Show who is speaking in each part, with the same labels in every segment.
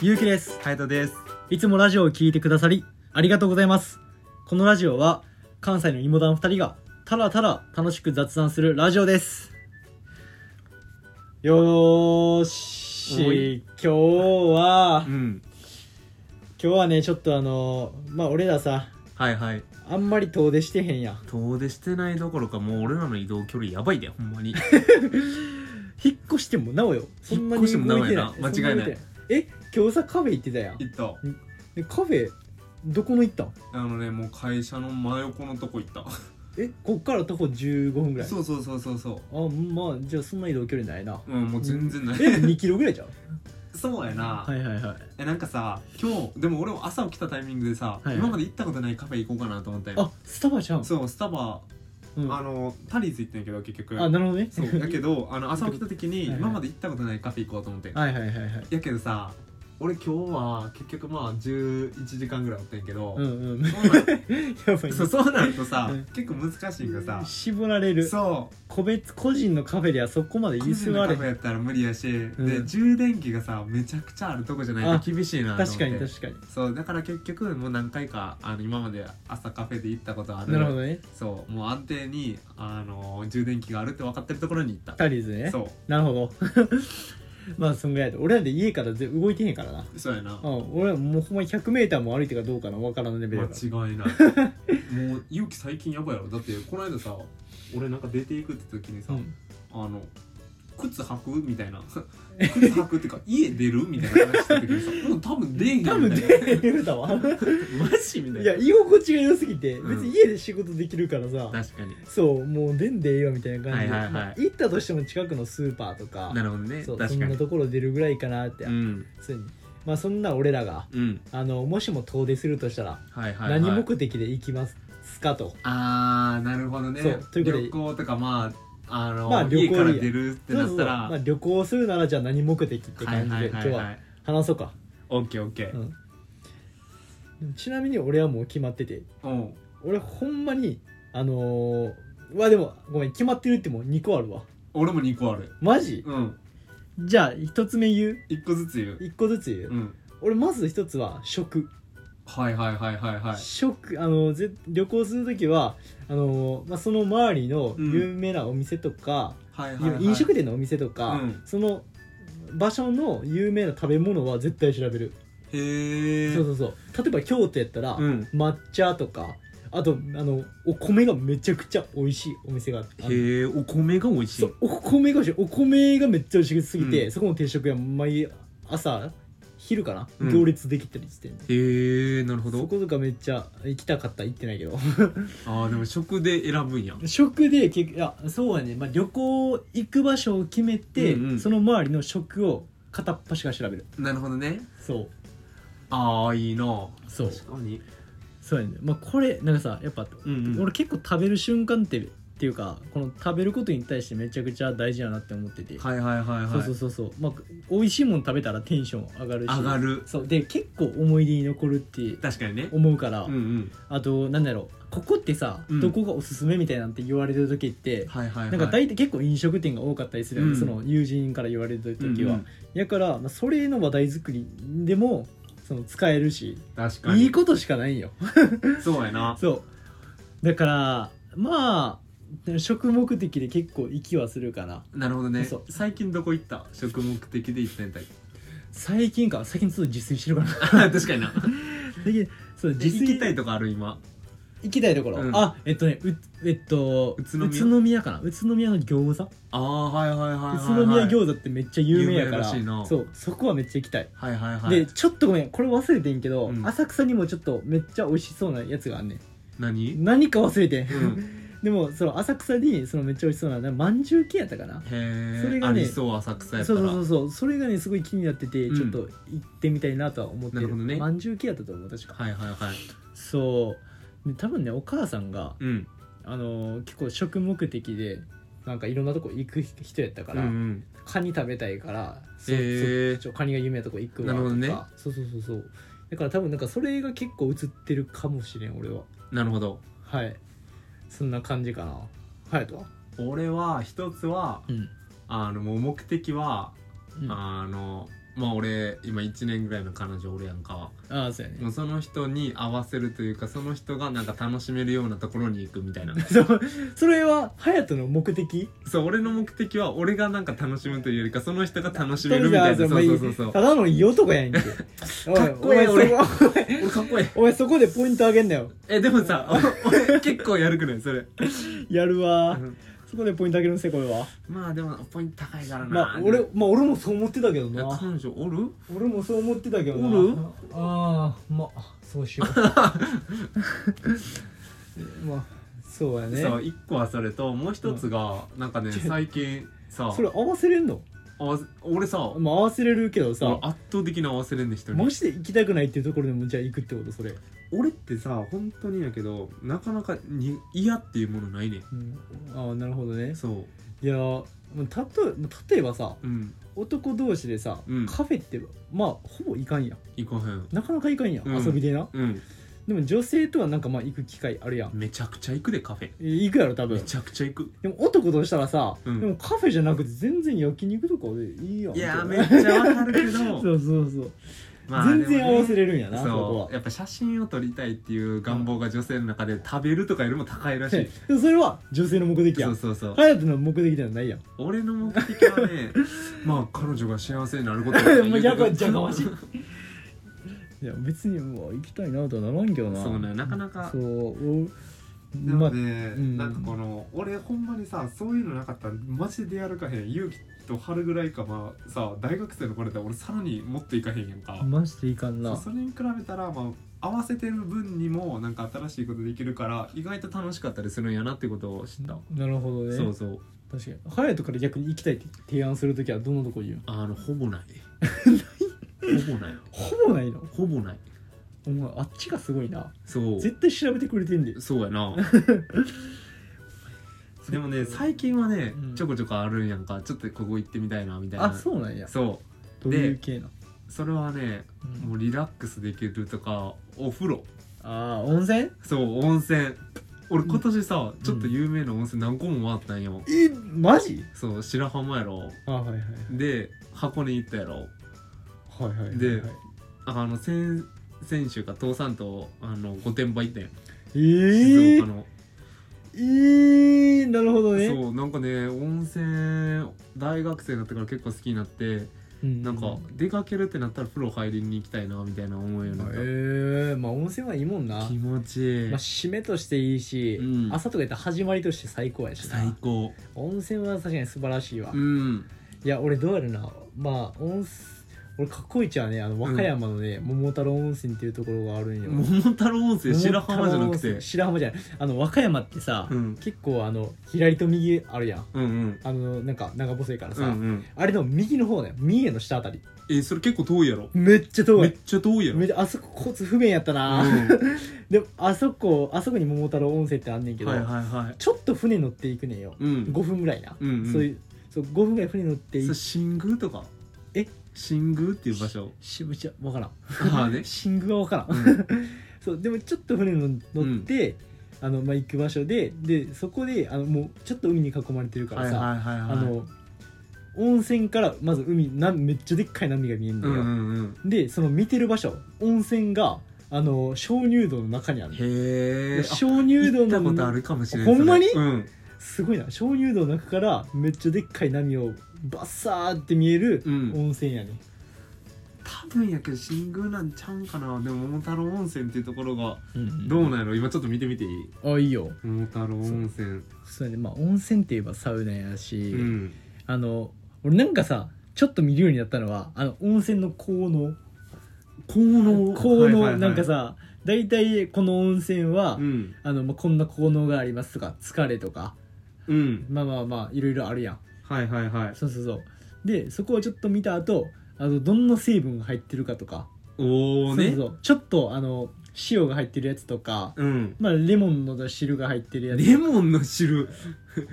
Speaker 1: ゆうきです
Speaker 2: カイトです。
Speaker 1: いつもラジオを聞いてくださりありがとうございますこのラジオは関西の芋団2人がただただ楽しく雑談するラジオですよー
Speaker 2: お
Speaker 1: し
Speaker 2: い
Speaker 1: 今日は
Speaker 2: うん。
Speaker 1: 今日はねちょっとあのまあ俺らさ
Speaker 2: はいはい。
Speaker 1: あんまり遠出してへんやん
Speaker 2: 遠出してないどころか、もう俺らの移動距離やばいで、ほんまに。
Speaker 1: 引っ越してもなおよそんなに
Speaker 2: 引っ越してもなおやな
Speaker 1: 動て
Speaker 2: 間違いな
Speaker 1: そん動
Speaker 2: い
Speaker 1: てえ今日さカフェ行ってたやん
Speaker 2: 行った。
Speaker 1: でカフェどこの行ったん
Speaker 2: あのね、もう会社の真横のとこ行っ
Speaker 1: えこっから徒歩15分ぐら
Speaker 2: た。
Speaker 1: い
Speaker 2: そうそうそうそうそ
Speaker 1: あまあじゃあそんな移動距離ないな
Speaker 2: う。うん、もう全然な
Speaker 1: え
Speaker 2: い。
Speaker 1: 2キロぐらいじゃん
Speaker 2: そうやな。
Speaker 1: いはいはい
Speaker 2: え、なんかさ、今日、でも俺も朝起きたタイミングでさ、
Speaker 1: はいはい
Speaker 2: 今まで行ったことないカフェ行こうかなと思ったよ。
Speaker 1: あスタバじゃん
Speaker 2: そう、スタバ、
Speaker 1: うん
Speaker 2: あの、タリーズ行ったんやけど、結局。
Speaker 1: あなるほどね
Speaker 2: そう、だけど、 あの、朝起きた時に、
Speaker 1: はいはい
Speaker 2: 今まで行ったことないカフェ行こうと思って。
Speaker 1: はいはいはいはい
Speaker 2: やけどさ、俺今日は結局まあ11時間ぐらいおったんやけど、
Speaker 1: うんうん や
Speaker 2: そうなん
Speaker 1: ばい
Speaker 2: そうそうなるとさ、
Speaker 1: うん
Speaker 2: 結構難しいんがさ、
Speaker 1: 絞られる
Speaker 2: そ
Speaker 1: 個別個人のカフェではそこまで
Speaker 2: う
Speaker 1: 居
Speaker 2: 個人
Speaker 1: 座
Speaker 2: の
Speaker 1: れ
Speaker 2: カ
Speaker 1: へん
Speaker 2: フェやったら無理やし、
Speaker 1: う
Speaker 2: で
Speaker 1: ん
Speaker 2: 充電器がさめちゃくちゃあるとこじゃないと厳しいなと思っ
Speaker 1: 確
Speaker 2: て
Speaker 1: かに確かに
Speaker 2: そうだから結局もう何回かあの今まで朝カフェで行ったことある
Speaker 1: なるほどね
Speaker 2: そうもう安定にあの充電器があるって分かってるところに行った、
Speaker 1: タリーズね
Speaker 2: そ
Speaker 1: なるほど まあそんぐらいだ俺らで家からぜ動いてへんからな
Speaker 2: うそうやな、
Speaker 1: うん俺はもうほんまに 100m も歩いてかどうかなわからんレベル
Speaker 2: 間
Speaker 1: やから
Speaker 2: 違いないもう勇気最近やばいやろだってこの間さ俺なんか出ていくって時にさ、
Speaker 1: うん
Speaker 2: あの靴履くみたいな靴履くっていうか家出るみたいな話した時にさもう多分出えへんみた
Speaker 1: 多
Speaker 2: い
Speaker 1: 分
Speaker 2: な
Speaker 1: 出れるだわ
Speaker 2: マジみたい
Speaker 1: い
Speaker 2: な
Speaker 1: や居心地が良すぎて
Speaker 2: うん
Speaker 1: 別に家で仕事できるからさ
Speaker 2: 確かに
Speaker 1: そうもう出んでええよみたいな感じで、
Speaker 2: はいはいはい
Speaker 1: まあ行ったとしても近くのスーパーとか
Speaker 2: なるほどね
Speaker 1: そう
Speaker 2: 確
Speaker 1: そ
Speaker 2: か
Speaker 1: んな
Speaker 2: に
Speaker 1: ところ出るぐらいかなって、
Speaker 2: うん
Speaker 1: 普通にまあそんな俺らが
Speaker 2: うん
Speaker 1: あのもしも遠出するとしたら、
Speaker 2: はいはい、はい、
Speaker 1: 何目的で行きますかと
Speaker 2: ああなるほどね
Speaker 1: そうということで
Speaker 2: 旅行とかまああの、
Speaker 1: まあ旅行
Speaker 2: 家から
Speaker 1: や
Speaker 2: 出るってな
Speaker 1: そうそ
Speaker 2: っ
Speaker 1: うそ
Speaker 2: た
Speaker 1: う
Speaker 2: ら
Speaker 1: まあ、旅行するならじゃあ何目的って感じで、
Speaker 2: はいはいはい
Speaker 1: 今日
Speaker 2: は
Speaker 1: はい話そうか、
Speaker 2: オッケーオッケ
Speaker 1: う
Speaker 2: ー
Speaker 1: ん、でもちなみに俺はもう決まってて
Speaker 2: うん
Speaker 1: 俺ほんまにあのー、うわでもごめん決まってるってもう2個あるわ
Speaker 2: 俺も2個ある
Speaker 1: マジ
Speaker 2: うん
Speaker 1: じゃあ1つ目言う
Speaker 2: 1個ずつ言う
Speaker 1: 1個ずつ言う、
Speaker 2: うん
Speaker 1: 俺まず1つは食
Speaker 2: はいはいはいはいはい
Speaker 1: 食あのぜ旅行する時はあの、まあ、その周りの有名なお店とか、
Speaker 2: はいはい、はい、
Speaker 1: 飲食店のお店とか、
Speaker 2: うん
Speaker 1: その場所の有名な食べ物は絶対調べる、
Speaker 2: へえ
Speaker 1: そうそうそう例えば京都やったら、
Speaker 2: うん
Speaker 1: 抹茶とかあとあのお米がめちゃくちゃ美味しいお店があって
Speaker 2: へえお米が美味しい
Speaker 1: そうお米が美味しいお米がめっちゃ美味しすぎて、
Speaker 2: うん
Speaker 1: そこの定食屋毎朝昼かな、
Speaker 2: うん
Speaker 1: 行列できたりしてんね
Speaker 2: へえなるほ
Speaker 1: そ
Speaker 2: ど
Speaker 1: ことかめっちゃ行きたかった行ってないけ ど
Speaker 2: ああでも食で選ぶんや
Speaker 1: 食で結いやそうやね、まあ、旅行行く場所を決めて、
Speaker 2: うんうん
Speaker 1: その周りの食を片っ端から調べる
Speaker 2: なるほどね
Speaker 1: そう
Speaker 2: ああいいな
Speaker 1: そう
Speaker 2: かに
Speaker 1: そうやねまあこれなんかさやっぱ、
Speaker 2: うんうん
Speaker 1: 俺結構食べる瞬間ってっていうかこの食べることに対してめちゃくちゃ大事やなって思ってて、
Speaker 2: はいはいはいはい
Speaker 1: そうそうそうそうまあ美味しいもの食べたらテンション上がるし
Speaker 2: 上がる
Speaker 1: そうで結構思い出に残るって
Speaker 2: 確かにね
Speaker 1: 思うから、
Speaker 2: うんうん
Speaker 1: あとなんだろうここってさ、
Speaker 2: うん
Speaker 1: どこがおすすめみたいなんて言われてる時って、
Speaker 2: はいはいはい
Speaker 1: なんか大体結構飲食店が多かったりするよね、
Speaker 2: うん
Speaker 1: その友人から言われる時は、
Speaker 2: うんうん
Speaker 1: だから、まあ、それの話題作りでもその使えるし
Speaker 2: 確かに
Speaker 1: いいことしかないんよ
Speaker 2: そうやな
Speaker 1: そうだからまあ食目的で結構行きはするかな
Speaker 2: なるほどね
Speaker 1: そう
Speaker 2: 最近どこ行った食目的で行ったんやったっけ
Speaker 1: 最近か最近ちょっと自炊してるから
Speaker 2: 確かにな
Speaker 1: 最近そう
Speaker 2: 自
Speaker 1: 自
Speaker 2: 炊
Speaker 1: 炊
Speaker 2: 行きたいとかある今
Speaker 1: 行きたいところ、
Speaker 2: うん
Speaker 1: あえっとねうえっと
Speaker 2: 宇都宮
Speaker 1: かな宇都宮の餃子、
Speaker 2: ああはいはいはいはい
Speaker 1: 宇都宮
Speaker 2: 子
Speaker 1: 餃子ってめっちゃ有名やから
Speaker 2: 有名らしいな
Speaker 1: そうそこはめっちゃ行きたい
Speaker 2: はいはいはい
Speaker 1: でちょっとごめんこれ忘れてんけど、
Speaker 2: うん
Speaker 1: 浅草にもちょっとめっちゃ美味しそうなやつがあんねん
Speaker 2: 何
Speaker 1: 何か忘れてん、
Speaker 2: うん
Speaker 1: でもその浅草にそのめっちゃ美味しそうなまんじゅう系やったかな
Speaker 2: へえ
Speaker 1: それが
Speaker 2: あ
Speaker 1: ね
Speaker 2: りそう浅草やった
Speaker 1: そうそう
Speaker 2: ら
Speaker 1: そうそうそれがねすごい気になってて、
Speaker 2: うん
Speaker 1: ちょっと行ってみたいなとは思って
Speaker 2: な
Speaker 1: る
Speaker 2: るほどね
Speaker 1: まんじゅう系やったと思う確か
Speaker 2: はいはいはい
Speaker 1: そうで多分ねお母さんが、
Speaker 2: うん
Speaker 1: あのー結構食目的でなんかいろんなとこ行く人やったから、
Speaker 2: うん
Speaker 1: カニ食べたいからそ
Speaker 2: へー
Speaker 1: そちょカニが有名なとこ行くわとか
Speaker 2: なるほどね
Speaker 1: そうそうそうそうだから多分なんかそれが結構映ってるかもしれん俺は
Speaker 2: うんなるほど
Speaker 1: はいそんな感じかな隼人は
Speaker 2: 俺は一つは
Speaker 1: うん、
Speaker 2: あのもう目的は
Speaker 1: うん、
Speaker 2: あのまあ俺今1年ぐらいの彼女おるやんか
Speaker 1: ああそうやね
Speaker 2: もうその人に合わせるというかその人がなんか楽しめるようなところに行くみたい な
Speaker 1: そうそれは隼人の目的
Speaker 2: そう俺の目的は俺がなんか楽しむというよりかその人が楽しめるみたいなそう
Speaker 1: 二人で争
Speaker 2: そうそうそう
Speaker 1: ただのいい男やん けお
Speaker 2: かっこええ
Speaker 1: お前そこ
Speaker 2: 俺かっこいい
Speaker 1: お前そこでポイントあげんなよ
Speaker 2: えでもさお俺結構やるくないそれ
Speaker 1: やるわ
Speaker 2: うん
Speaker 1: そこでポイントあげるんすよこれは
Speaker 2: まあでもポイント高いからな
Speaker 1: まあ俺まあ俺もそう思ってたけど
Speaker 2: いや
Speaker 1: な
Speaker 2: 彼女おる
Speaker 1: 俺もそう思ってたけどな
Speaker 2: おる
Speaker 1: ああまあそうしよう まあそうやね
Speaker 2: そう一個はそれともう一つがなんかね
Speaker 1: ちょ
Speaker 2: 最近さ
Speaker 1: それ合わせれんの
Speaker 2: 合わせ俺さ
Speaker 1: まあ合わせれるけど
Speaker 2: 俺
Speaker 1: さ
Speaker 2: 圧倒的な合わせれんね人に
Speaker 1: もしで行きたくないっていうところでもじゃあ行くってことそれ、
Speaker 2: 俺ってさ本当にやけどなかなかに嫌っていうものないね
Speaker 1: うん、ああなるほどね
Speaker 2: んそ
Speaker 1: いやーまあたと例えばさ
Speaker 2: ううん
Speaker 1: 男同士でさ、
Speaker 2: うん
Speaker 1: カフェってまあほぼ行かんやん
Speaker 2: 行かへん
Speaker 1: なかなか行かんやん、
Speaker 2: うん
Speaker 1: 遊びでな
Speaker 2: うん
Speaker 1: でも女性とはなんかまあ行く機会あるやん
Speaker 2: めちゃくちゃ行くでカフェ
Speaker 1: え行くやろ多
Speaker 2: め
Speaker 1: 分
Speaker 2: ちゃくちゃ行く
Speaker 1: でも男としたらさ、
Speaker 2: うん
Speaker 1: でもカフェじゃなくて全然焼肉とかでいいやん
Speaker 2: いやー
Speaker 1: み
Speaker 2: め
Speaker 1: た
Speaker 2: っちゃわかるけ
Speaker 1: な
Speaker 2: ど
Speaker 1: そうそうそう、
Speaker 2: まあ
Speaker 1: 全然合わせれ
Speaker 2: る
Speaker 1: るんやなそこ
Speaker 2: そ
Speaker 1: は
Speaker 2: うやっぱ写真を撮りたいっていう願望が女性の中で食べるとかよりも高いらし
Speaker 1: で
Speaker 2: い
Speaker 1: もそれは女性の目的や
Speaker 2: そうんそうそう
Speaker 1: 隼人の目的ではないやん
Speaker 2: 俺の目的 はねまあ彼女が幸せになることだ
Speaker 1: もうやばいじゃ がましい
Speaker 2: そう
Speaker 1: いや別にうわ行きたいなとはならんけどな
Speaker 2: ねなかなか
Speaker 1: そうお
Speaker 2: で
Speaker 1: ま
Speaker 2: も
Speaker 1: あ
Speaker 2: ね、
Speaker 1: うん
Speaker 2: なんかこの俺ほんまにさそういうのなかったらマジでやるかへん勇気と春ぐらいかまあさ大学生の頃だったら俺さらにもっといかへんやんか、
Speaker 1: マジでいかんな
Speaker 2: そうそれに比べたらまあ合わせてる分にもなんか新しいことできるから意外と楽しかったりするんやなってことを知った、
Speaker 1: なるほどね
Speaker 2: そうそう
Speaker 1: 確かに隼人から逆に行きたいって提案するときはどんなとこ言うの
Speaker 2: あのほ ぼないほぼない
Speaker 1: ほぼないの
Speaker 2: ほぼない
Speaker 1: お前あっちがすごいな
Speaker 2: そう
Speaker 1: 絶対調べてくれてんで
Speaker 2: そう やなでもね最近はね、
Speaker 1: うん
Speaker 2: ちょこちょこあるんやんかちょっとここ行ってみたいなみたいな
Speaker 1: あそうなんや
Speaker 2: そ
Speaker 1: どういう系な、
Speaker 2: うそれはね
Speaker 1: うん
Speaker 2: もうリラックスできるとかお風呂
Speaker 1: ああ温泉
Speaker 2: そう温泉俺今年さ、
Speaker 1: ん
Speaker 2: ちょっと有名な温泉何個も回ったんよ、
Speaker 1: えマジ
Speaker 2: そう白浜やろ
Speaker 1: あはいはい
Speaker 2: で箱根行ったやろ
Speaker 1: はいはいはいはい
Speaker 2: であの先先週か父さんとあの御殿場行ったんよ
Speaker 1: え
Speaker 2: 静
Speaker 1: ー
Speaker 2: 岡、の、
Speaker 1: えー、なるほどね
Speaker 2: そうなんかね温泉大学生になってから結構好きになって
Speaker 1: うん
Speaker 2: なんか出かけるってなったら風呂入りに行きたいなみたいな思うようになっ
Speaker 1: え
Speaker 2: た、
Speaker 1: ー、まあ温泉はいいもんな
Speaker 2: 気持ちいい、
Speaker 1: まあ、締めとしていいし、
Speaker 2: うん
Speaker 1: 朝とかやったら始まりとして最高やしな
Speaker 2: 最高
Speaker 1: 温泉は確かに素晴らしいわ、
Speaker 2: うん
Speaker 1: いや俺どうやるなまあ温泉俺過去一はねあの和歌山のね、桃太郎温泉っていうところがあるんよ
Speaker 2: 桃太郎温泉白浜じゃ
Speaker 1: 桃太
Speaker 2: なく
Speaker 1: 郎温
Speaker 2: て
Speaker 1: 泉白浜じゃないあの和歌山ってさ、
Speaker 2: うん
Speaker 1: 結構あの左と右あるやん
Speaker 2: うんうん
Speaker 1: あのなんか長細いから
Speaker 2: う
Speaker 1: さ、
Speaker 2: んうん
Speaker 1: あれの右の方だよ三重の下あたり
Speaker 2: えそれ結構遠いやろ
Speaker 1: めっちゃ遠
Speaker 2: めっ
Speaker 1: い
Speaker 2: ちゃ遠いやろ
Speaker 1: めっちゃあそこ交通不便やったな、
Speaker 2: うん
Speaker 1: でもあそこあそこに桃太郎温泉ってあんねんけど、
Speaker 2: はいはいはい
Speaker 1: ちょっと船乗っていくねんよ、
Speaker 2: うん
Speaker 1: 5分ぐらいな、
Speaker 2: うんうん
Speaker 1: そういうそう5分ぐらい船乗ってい
Speaker 2: そ
Speaker 1: く
Speaker 2: れ新宮とか
Speaker 1: え
Speaker 2: 新宮っていう場所
Speaker 1: 渋ちゃ分からん
Speaker 2: ああね
Speaker 1: 新宮は分からん、
Speaker 2: うん
Speaker 1: そうでもちょっと船の乗って、あのまあ、行く場所ででそこであのもうちょっと海に囲まれてるから
Speaker 2: はいはい
Speaker 1: さ、
Speaker 2: はいはい
Speaker 1: あの温泉からまず海なめっちゃでっかい波が見えるんだ
Speaker 2: うん
Speaker 1: よ、
Speaker 2: うんうん
Speaker 1: でその見てる場所温泉があの鍾乳洞の中にあるの
Speaker 2: へ
Speaker 1: で
Speaker 2: え
Speaker 1: 鍾乳洞
Speaker 2: 行った
Speaker 1: の
Speaker 2: ことあるかもしれない
Speaker 1: ほんまに
Speaker 2: うん
Speaker 1: すごいな鍾乳洞の中からめっちゃでっかい波をバッサーって見える
Speaker 2: うん
Speaker 1: 温泉やね、
Speaker 2: 多分やけど新宮なんちゃうんかなでも桃太郎温泉っていうところが
Speaker 1: うん
Speaker 2: どうなんやろ今ちょっと見てみていい
Speaker 1: あいいよ
Speaker 2: 桃太郎温泉
Speaker 1: そうやねまあ温泉って言えばサウナやし、
Speaker 2: うん
Speaker 1: あの俺なんかさちょっと見るようになったのはあの温泉の効能
Speaker 2: 効能
Speaker 1: 効
Speaker 2: はいはいは
Speaker 1: 能
Speaker 2: い
Speaker 1: なんかさ大体この温泉は、
Speaker 2: うん
Speaker 1: あのまあ、こんな効能がありますとか疲れとか
Speaker 2: うん
Speaker 1: まあまあまあいろいろあるやん
Speaker 2: はいはいはい
Speaker 1: そうそうそうでそこをちょっと見た後あのどんな成分が入ってるかとか
Speaker 2: おおね
Speaker 1: そうそうそうちょっとあの塩が入ってるやつとか、
Speaker 2: うん
Speaker 1: まあ、レモンの汁が入ってるやつ
Speaker 2: レモンの汁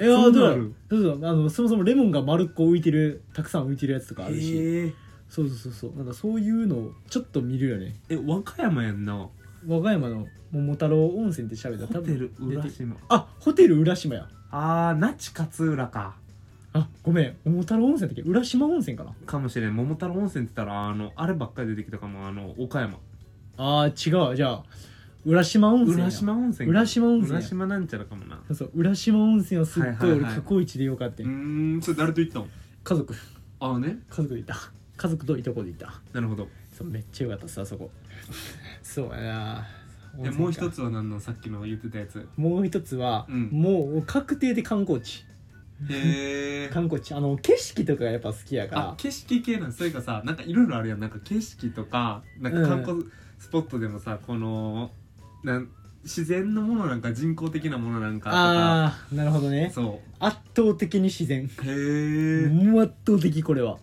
Speaker 1: いやどう
Speaker 2: そんなん
Speaker 1: だ
Speaker 2: あ
Speaker 1: ろ
Speaker 2: る
Speaker 1: うそうそうあのそもそもレモンが丸っこ浮いてるたくさん浮いてるやつとかあるし
Speaker 2: へえ
Speaker 1: そうそうそうそうなんかそういうのをちょっと見るよね
Speaker 2: え和歌山やんな
Speaker 1: 和歌山の桃太郎温泉って調べたら
Speaker 2: ホテル
Speaker 1: 出
Speaker 2: 浦
Speaker 1: て
Speaker 2: 島
Speaker 1: あホテル浦島や
Speaker 2: あー那智勝浦か
Speaker 1: ああごめん桃太郎温泉だっけ浦島温泉かな
Speaker 2: かもしれん桃太郎温泉って言ったらあのあればっかり出てきたかもあの岡山
Speaker 1: あー違うじゃあ浦島温泉や
Speaker 2: 浦島温泉
Speaker 1: 浦島温泉や
Speaker 2: 浦島なんちゃらかもな
Speaker 1: そうそう浦島温泉をすっごい
Speaker 2: はい
Speaker 1: 俺
Speaker 2: はいはい
Speaker 1: 過去一でよかった、
Speaker 2: うーんそれ誰と行ったの
Speaker 1: 家族
Speaker 2: ああね
Speaker 1: 家族でいた家族といとこでいた
Speaker 2: なるほど
Speaker 1: そうめっちゃよかったっすあそこそうやな
Speaker 2: でもう一
Speaker 1: つ
Speaker 2: つは何なのさっきの言ってたやつ
Speaker 1: もう一つは、
Speaker 2: うん
Speaker 1: もう確定で観光地
Speaker 2: へえ
Speaker 1: 観光地あの景色とかがやっぱ好きやから
Speaker 2: あ景色系なんそういうかさなんかいろいろあるやんなんか景色とかなんか観光スポットでもさ、このなん自然のものなんか人工的なものなんかとか
Speaker 1: あーなるほどね
Speaker 2: そ
Speaker 1: 圧倒的に自然
Speaker 2: うへえ、
Speaker 1: もう圧倒的これは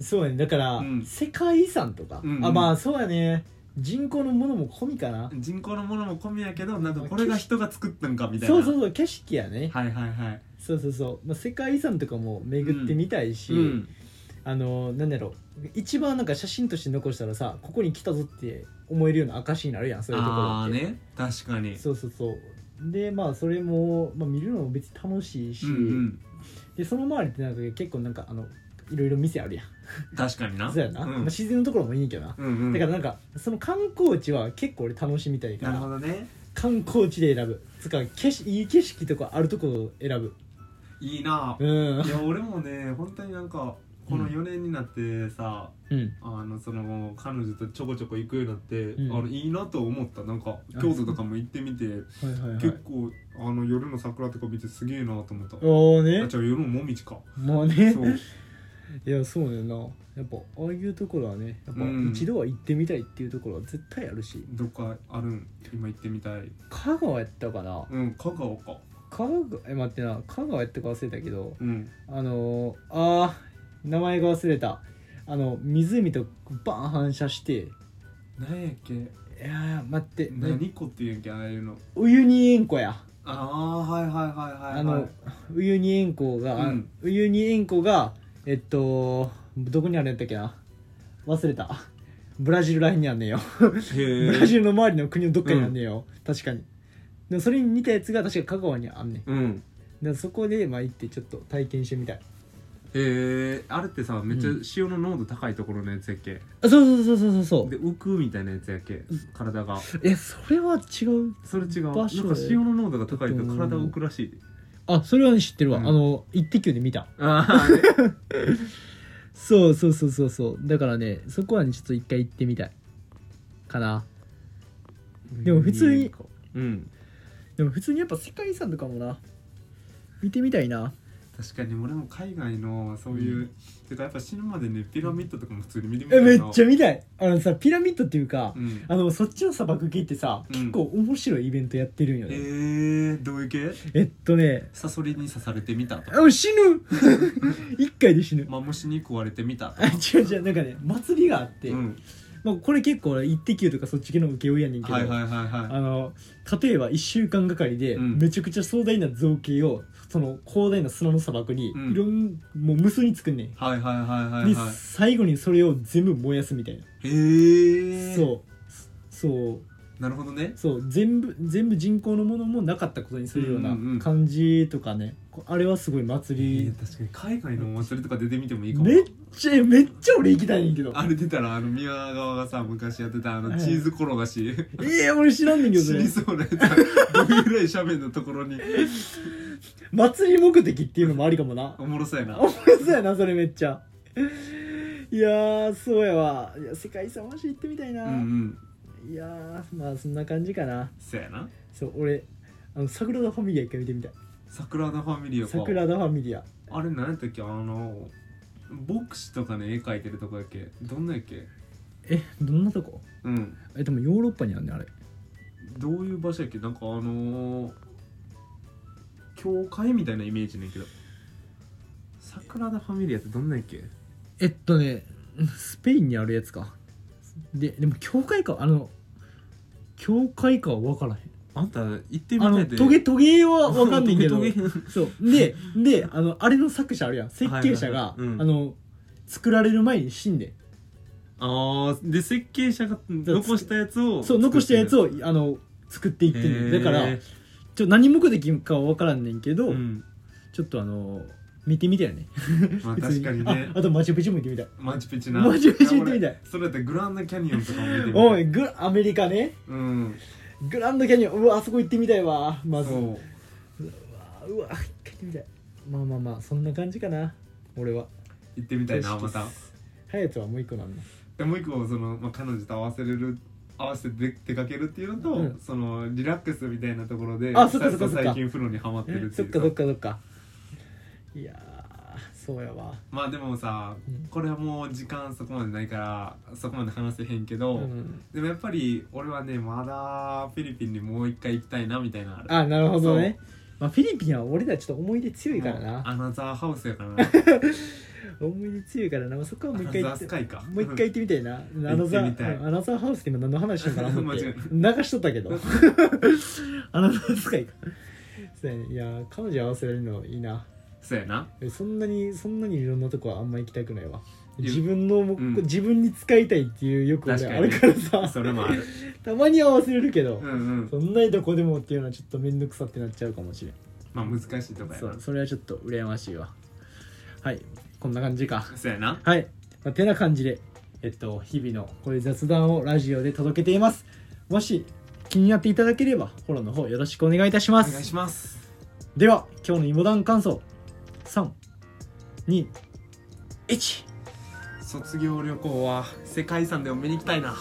Speaker 1: そうやねだから、
Speaker 2: うん
Speaker 1: 世界遺産とか、
Speaker 2: うんうん
Speaker 1: あまあそうやね人工のものも込みかな、
Speaker 2: 人工のものも込みやけどなんかこれが人が作ったんかみたいな
Speaker 1: そうそうそう景色やね、
Speaker 2: はいはいはい、
Speaker 1: そうそうそう、まあ、世界遺産とかも巡ってみたいし、
Speaker 2: うん、
Speaker 1: あのなんだろう一番なんか写真として残したらさここに来たぞって思えるような証になるやんそういうところ
Speaker 2: あ
Speaker 1: っ
Speaker 2: あ
Speaker 1: て、
Speaker 2: ね確かに
Speaker 1: そうそうそうでまあそれも、まあ、見るのも別に楽しいし、
Speaker 2: うん
Speaker 1: でその周りってなんか結構なんかあのいろいろ店あるやん
Speaker 2: うん、確かにな
Speaker 1: そうやな、
Speaker 2: ん
Speaker 1: まあ、自然のところもいいけどな、
Speaker 2: うんうん、
Speaker 1: だからなんかその観光地は結構俺楽しみたいか
Speaker 2: なるほ
Speaker 1: ら
Speaker 2: どね
Speaker 1: 観光地で選ぶつか景色いい景色とかあるところを選ぶ
Speaker 2: いいな
Speaker 1: うん
Speaker 2: いや俺もね本当になんかこの4年になってさ、
Speaker 1: うん
Speaker 2: あのその彼女とちょこちょこ行くようになって、
Speaker 1: うん
Speaker 2: あのいいなと思ったなんか京都とかも行ってみて、
Speaker 1: はいはいはい
Speaker 2: 結構あの夜の桜とか見てすげえなと思った、
Speaker 1: おお
Speaker 2: あ
Speaker 1: ね
Speaker 2: じゃあ夜のもみじか
Speaker 1: もうね
Speaker 2: そう
Speaker 1: いやそうねんなやっぱああいうところはねやっぱ
Speaker 2: うん
Speaker 1: 一度は行ってみたいっていうところは絶対あるし、
Speaker 2: どっかあるん今行ってみたい
Speaker 1: 香川やったかな
Speaker 2: うん香川か
Speaker 1: 香川え待ってな香川やったか忘れたけど
Speaker 2: うん
Speaker 1: あのー、あー名前が忘れたあの湖とバーン反射してい
Speaker 2: 何やっけ
Speaker 1: やー待って
Speaker 2: 何子っていうんやっけああいうの
Speaker 1: ウユニ塩湖や
Speaker 2: ああはいはいはいはい
Speaker 1: あのウユニ塩湖が、
Speaker 2: うん
Speaker 1: ウユニ塩湖がえっとどこにあるんやったっけな忘れたブラジルらへんにあんねんよブラ
Speaker 2: へえ
Speaker 1: ジルの周りの国のどっかにあんねんよ、確かにでもそれに似たやつが確か香川にあんねんだか
Speaker 2: うん
Speaker 1: らそこで、まあ、行ってちょっと体験してみたい
Speaker 2: へえあれってさめっちゃ塩の濃度高いところのやつやっけ、
Speaker 1: あそうそうそうそうそうそ
Speaker 2: で浮くみたいなやつやっけ体が
Speaker 1: うえそれは違う
Speaker 2: それ違うなん
Speaker 1: 場
Speaker 2: か
Speaker 1: 所で
Speaker 2: 塩の濃度が高いと体浮くらしい
Speaker 1: あそれは、ね、知ってるわ、
Speaker 2: うん
Speaker 1: あの「イッテ Q!」で見た
Speaker 2: あ あ
Speaker 1: そうそうそうそうそうだからねそこはねちょっと一回行ってみたいかなでも普通に
Speaker 2: うん
Speaker 1: でも普通にやっぱ世界遺産とかもな見てみたいな
Speaker 2: 確かに俺も海外のそういう、
Speaker 1: う
Speaker 2: てかやっぱ死ぬまでねピラミッドとかも普通に見てみた
Speaker 1: え
Speaker 2: いな
Speaker 1: めっちゃ見たいあのさピラミッドっていうか、
Speaker 2: うん
Speaker 1: あのそっちの砂漠系ってさ、
Speaker 2: うん
Speaker 1: 結構面白いイベントやってるんよ
Speaker 2: え
Speaker 1: ね、
Speaker 2: ー、どういう系
Speaker 1: えっとね
Speaker 2: サソリに刺されてみたとか
Speaker 1: あ死ぬ 一回で死ぬ
Speaker 2: マムシに食われてみたと
Speaker 1: あ
Speaker 2: か
Speaker 1: 違う違うなんかね祭りがあって、
Speaker 2: うん
Speaker 1: まあ、これ結構俺「イッテ Q!」とかそっち系の請負やねんけど、
Speaker 2: はいはいはいは
Speaker 1: あの例えば1週間がかりで
Speaker 2: うん
Speaker 1: めちゃくちゃ壮大な造形を、その広大な砂の砂漠に
Speaker 2: うん
Speaker 1: いろん、もう無数に作んねん、
Speaker 2: いはいはいはいはい
Speaker 1: で
Speaker 2: は
Speaker 1: 最後にそれを全部燃やすみたいな、
Speaker 2: いへえ
Speaker 1: そうそう
Speaker 2: うなるほどね
Speaker 1: そう全部全部人工のものもなかったことにするような
Speaker 2: うんうんうん
Speaker 1: 感じとかね、こあれはすごい
Speaker 2: え
Speaker 1: 祭り、
Speaker 2: ー、確かに海外のお祭りとか出てみてもいいかもな
Speaker 1: めっちゃめっちゃ俺行きたいねんけど
Speaker 2: あれ出たらあの宮川がさ昔やってたあの
Speaker 1: はい
Speaker 2: チーズ転がし、
Speaker 1: ええ俺知らんねんけど
Speaker 2: 死
Speaker 1: ね
Speaker 2: にそうなやつどういうぐらい斜面のところに
Speaker 1: 祭り目的っていうのもありかもな
Speaker 2: おもろそうやな
Speaker 1: おもろそうやなそれめっちゃいやーそうやわいや世界遺産マジ行ってみたいな、
Speaker 2: うんうん
Speaker 1: いやーまあそんな感じかな
Speaker 2: そうやな
Speaker 1: そう俺あの桜田ファミリア一回見てみたい
Speaker 2: 桜田ファミリアか
Speaker 1: 桜田ファミリア
Speaker 2: あれ何やったっけあの牧師とかね絵描いてるとこやっけどんなんやっけ
Speaker 1: えどんなとこ
Speaker 2: うん
Speaker 1: えでもヨーロッパにあるねあれ
Speaker 2: どういう場所やっけなんかあのー、教会みたいなイメージねんけど桜田ファミリアってどんなんやっけ
Speaker 1: えっとねスペインにあるやつかででも教会かあの教会かは分からへん
Speaker 2: あんた行ってみ
Speaker 1: あ
Speaker 2: た
Speaker 1: の
Speaker 2: いで
Speaker 1: トゲトゲは分かんないけど
Speaker 2: トゲトゲ
Speaker 1: そうでであのあれの作者あるやん設計者が、
Speaker 2: はいはいはいうん
Speaker 1: あの作られる前に死んで
Speaker 2: ああで設計者が残したやつを
Speaker 1: そう残したやつ
Speaker 2: を
Speaker 1: をあの作っていってんねんだからちょ何目的かは分からんねんけど、
Speaker 2: うん
Speaker 1: ちょっとあの見てみたよね
Speaker 2: まあ
Speaker 1: 普通
Speaker 2: 確かにね
Speaker 1: ああとマチュピチュも行ってみたい
Speaker 2: マチュピチュな
Speaker 1: マチュピチュ行ってみたい
Speaker 2: や俺それだってグランドキャニオンとかも見てみ
Speaker 1: お
Speaker 2: た
Speaker 1: い
Speaker 2: い
Speaker 1: グアメリカね
Speaker 2: うん
Speaker 1: グランドキャニオンうわあそこ行ってみたいわまず
Speaker 2: そう
Speaker 1: あうわ一回行ってみたいまあまあまあそんな感じかな俺は
Speaker 2: 行ってみたいなまた
Speaker 1: 隼人はもう一個なんだ
Speaker 2: でもう一個その、まあ、彼女と合わせれる合わせて出出かけるっていうのと、
Speaker 1: うん
Speaker 2: そのリラックスみたいなところで
Speaker 1: あそっかそっか
Speaker 2: 久
Speaker 1: そ
Speaker 2: 々
Speaker 1: っか
Speaker 2: 最近風呂にはまってるって
Speaker 1: そ
Speaker 2: い
Speaker 1: っ
Speaker 2: う
Speaker 1: かそっかそっかいやーそうやわ
Speaker 2: まあでもさ、
Speaker 1: うん
Speaker 2: これはもう時間そこまでないからそこまで話せへんけ
Speaker 1: う
Speaker 2: ど、
Speaker 1: ん
Speaker 2: でもやっぱり俺はねまだフィリピンにもう一回行きたいなみたいなのある
Speaker 1: あなるほどねまあフィリピンは俺らちょっと思い出強いから
Speaker 2: もう
Speaker 1: な
Speaker 2: アナザーハウスやからな
Speaker 1: 思い出強いからなまあそこはもう一回
Speaker 2: アナ
Speaker 1: 行っ
Speaker 2: ザー
Speaker 1: て
Speaker 2: スカイか
Speaker 1: もう一回行ってみたいなアナザ
Speaker 2: 行ってみたい
Speaker 1: ーうんアナザーハウスって今何の話してんかなと思っ
Speaker 2: 間違
Speaker 1: て
Speaker 2: え
Speaker 1: 流しとった けどアナザースカイかそうやねいやー彼女合わせられるのいいな
Speaker 2: そうやな
Speaker 1: えそんなにそんなにいろんなとこはあんま行きたくないわ
Speaker 2: いや
Speaker 1: 自分のも、
Speaker 2: うん
Speaker 1: 自分に使いたいっていう欲が
Speaker 2: 確か
Speaker 1: あ
Speaker 2: に
Speaker 1: る
Speaker 2: ね
Speaker 1: からさ
Speaker 2: それもある
Speaker 1: たまには忘れるけど、
Speaker 2: うんうん
Speaker 1: そんなにどこでもっていうのはちょっと面倒くさってなっちゃうかもしれん
Speaker 2: まあ難しいとこや
Speaker 1: そう
Speaker 2: な
Speaker 1: それはちょっと羨ましいわはいこんな感じか
Speaker 2: そうやな
Speaker 1: はい、まあ、てな感じでえっと日々のこういう雑談をラジオで届けていますもし気になっていただければフォローの方よろしくお願いいたし
Speaker 2: お
Speaker 1: ます
Speaker 2: 願いします
Speaker 1: では今日の芋団感想321
Speaker 2: 卒業旅行は世界遺産でも見に行きたいな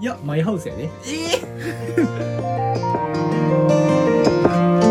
Speaker 2: い
Speaker 1: やマイハウスやね
Speaker 2: ええ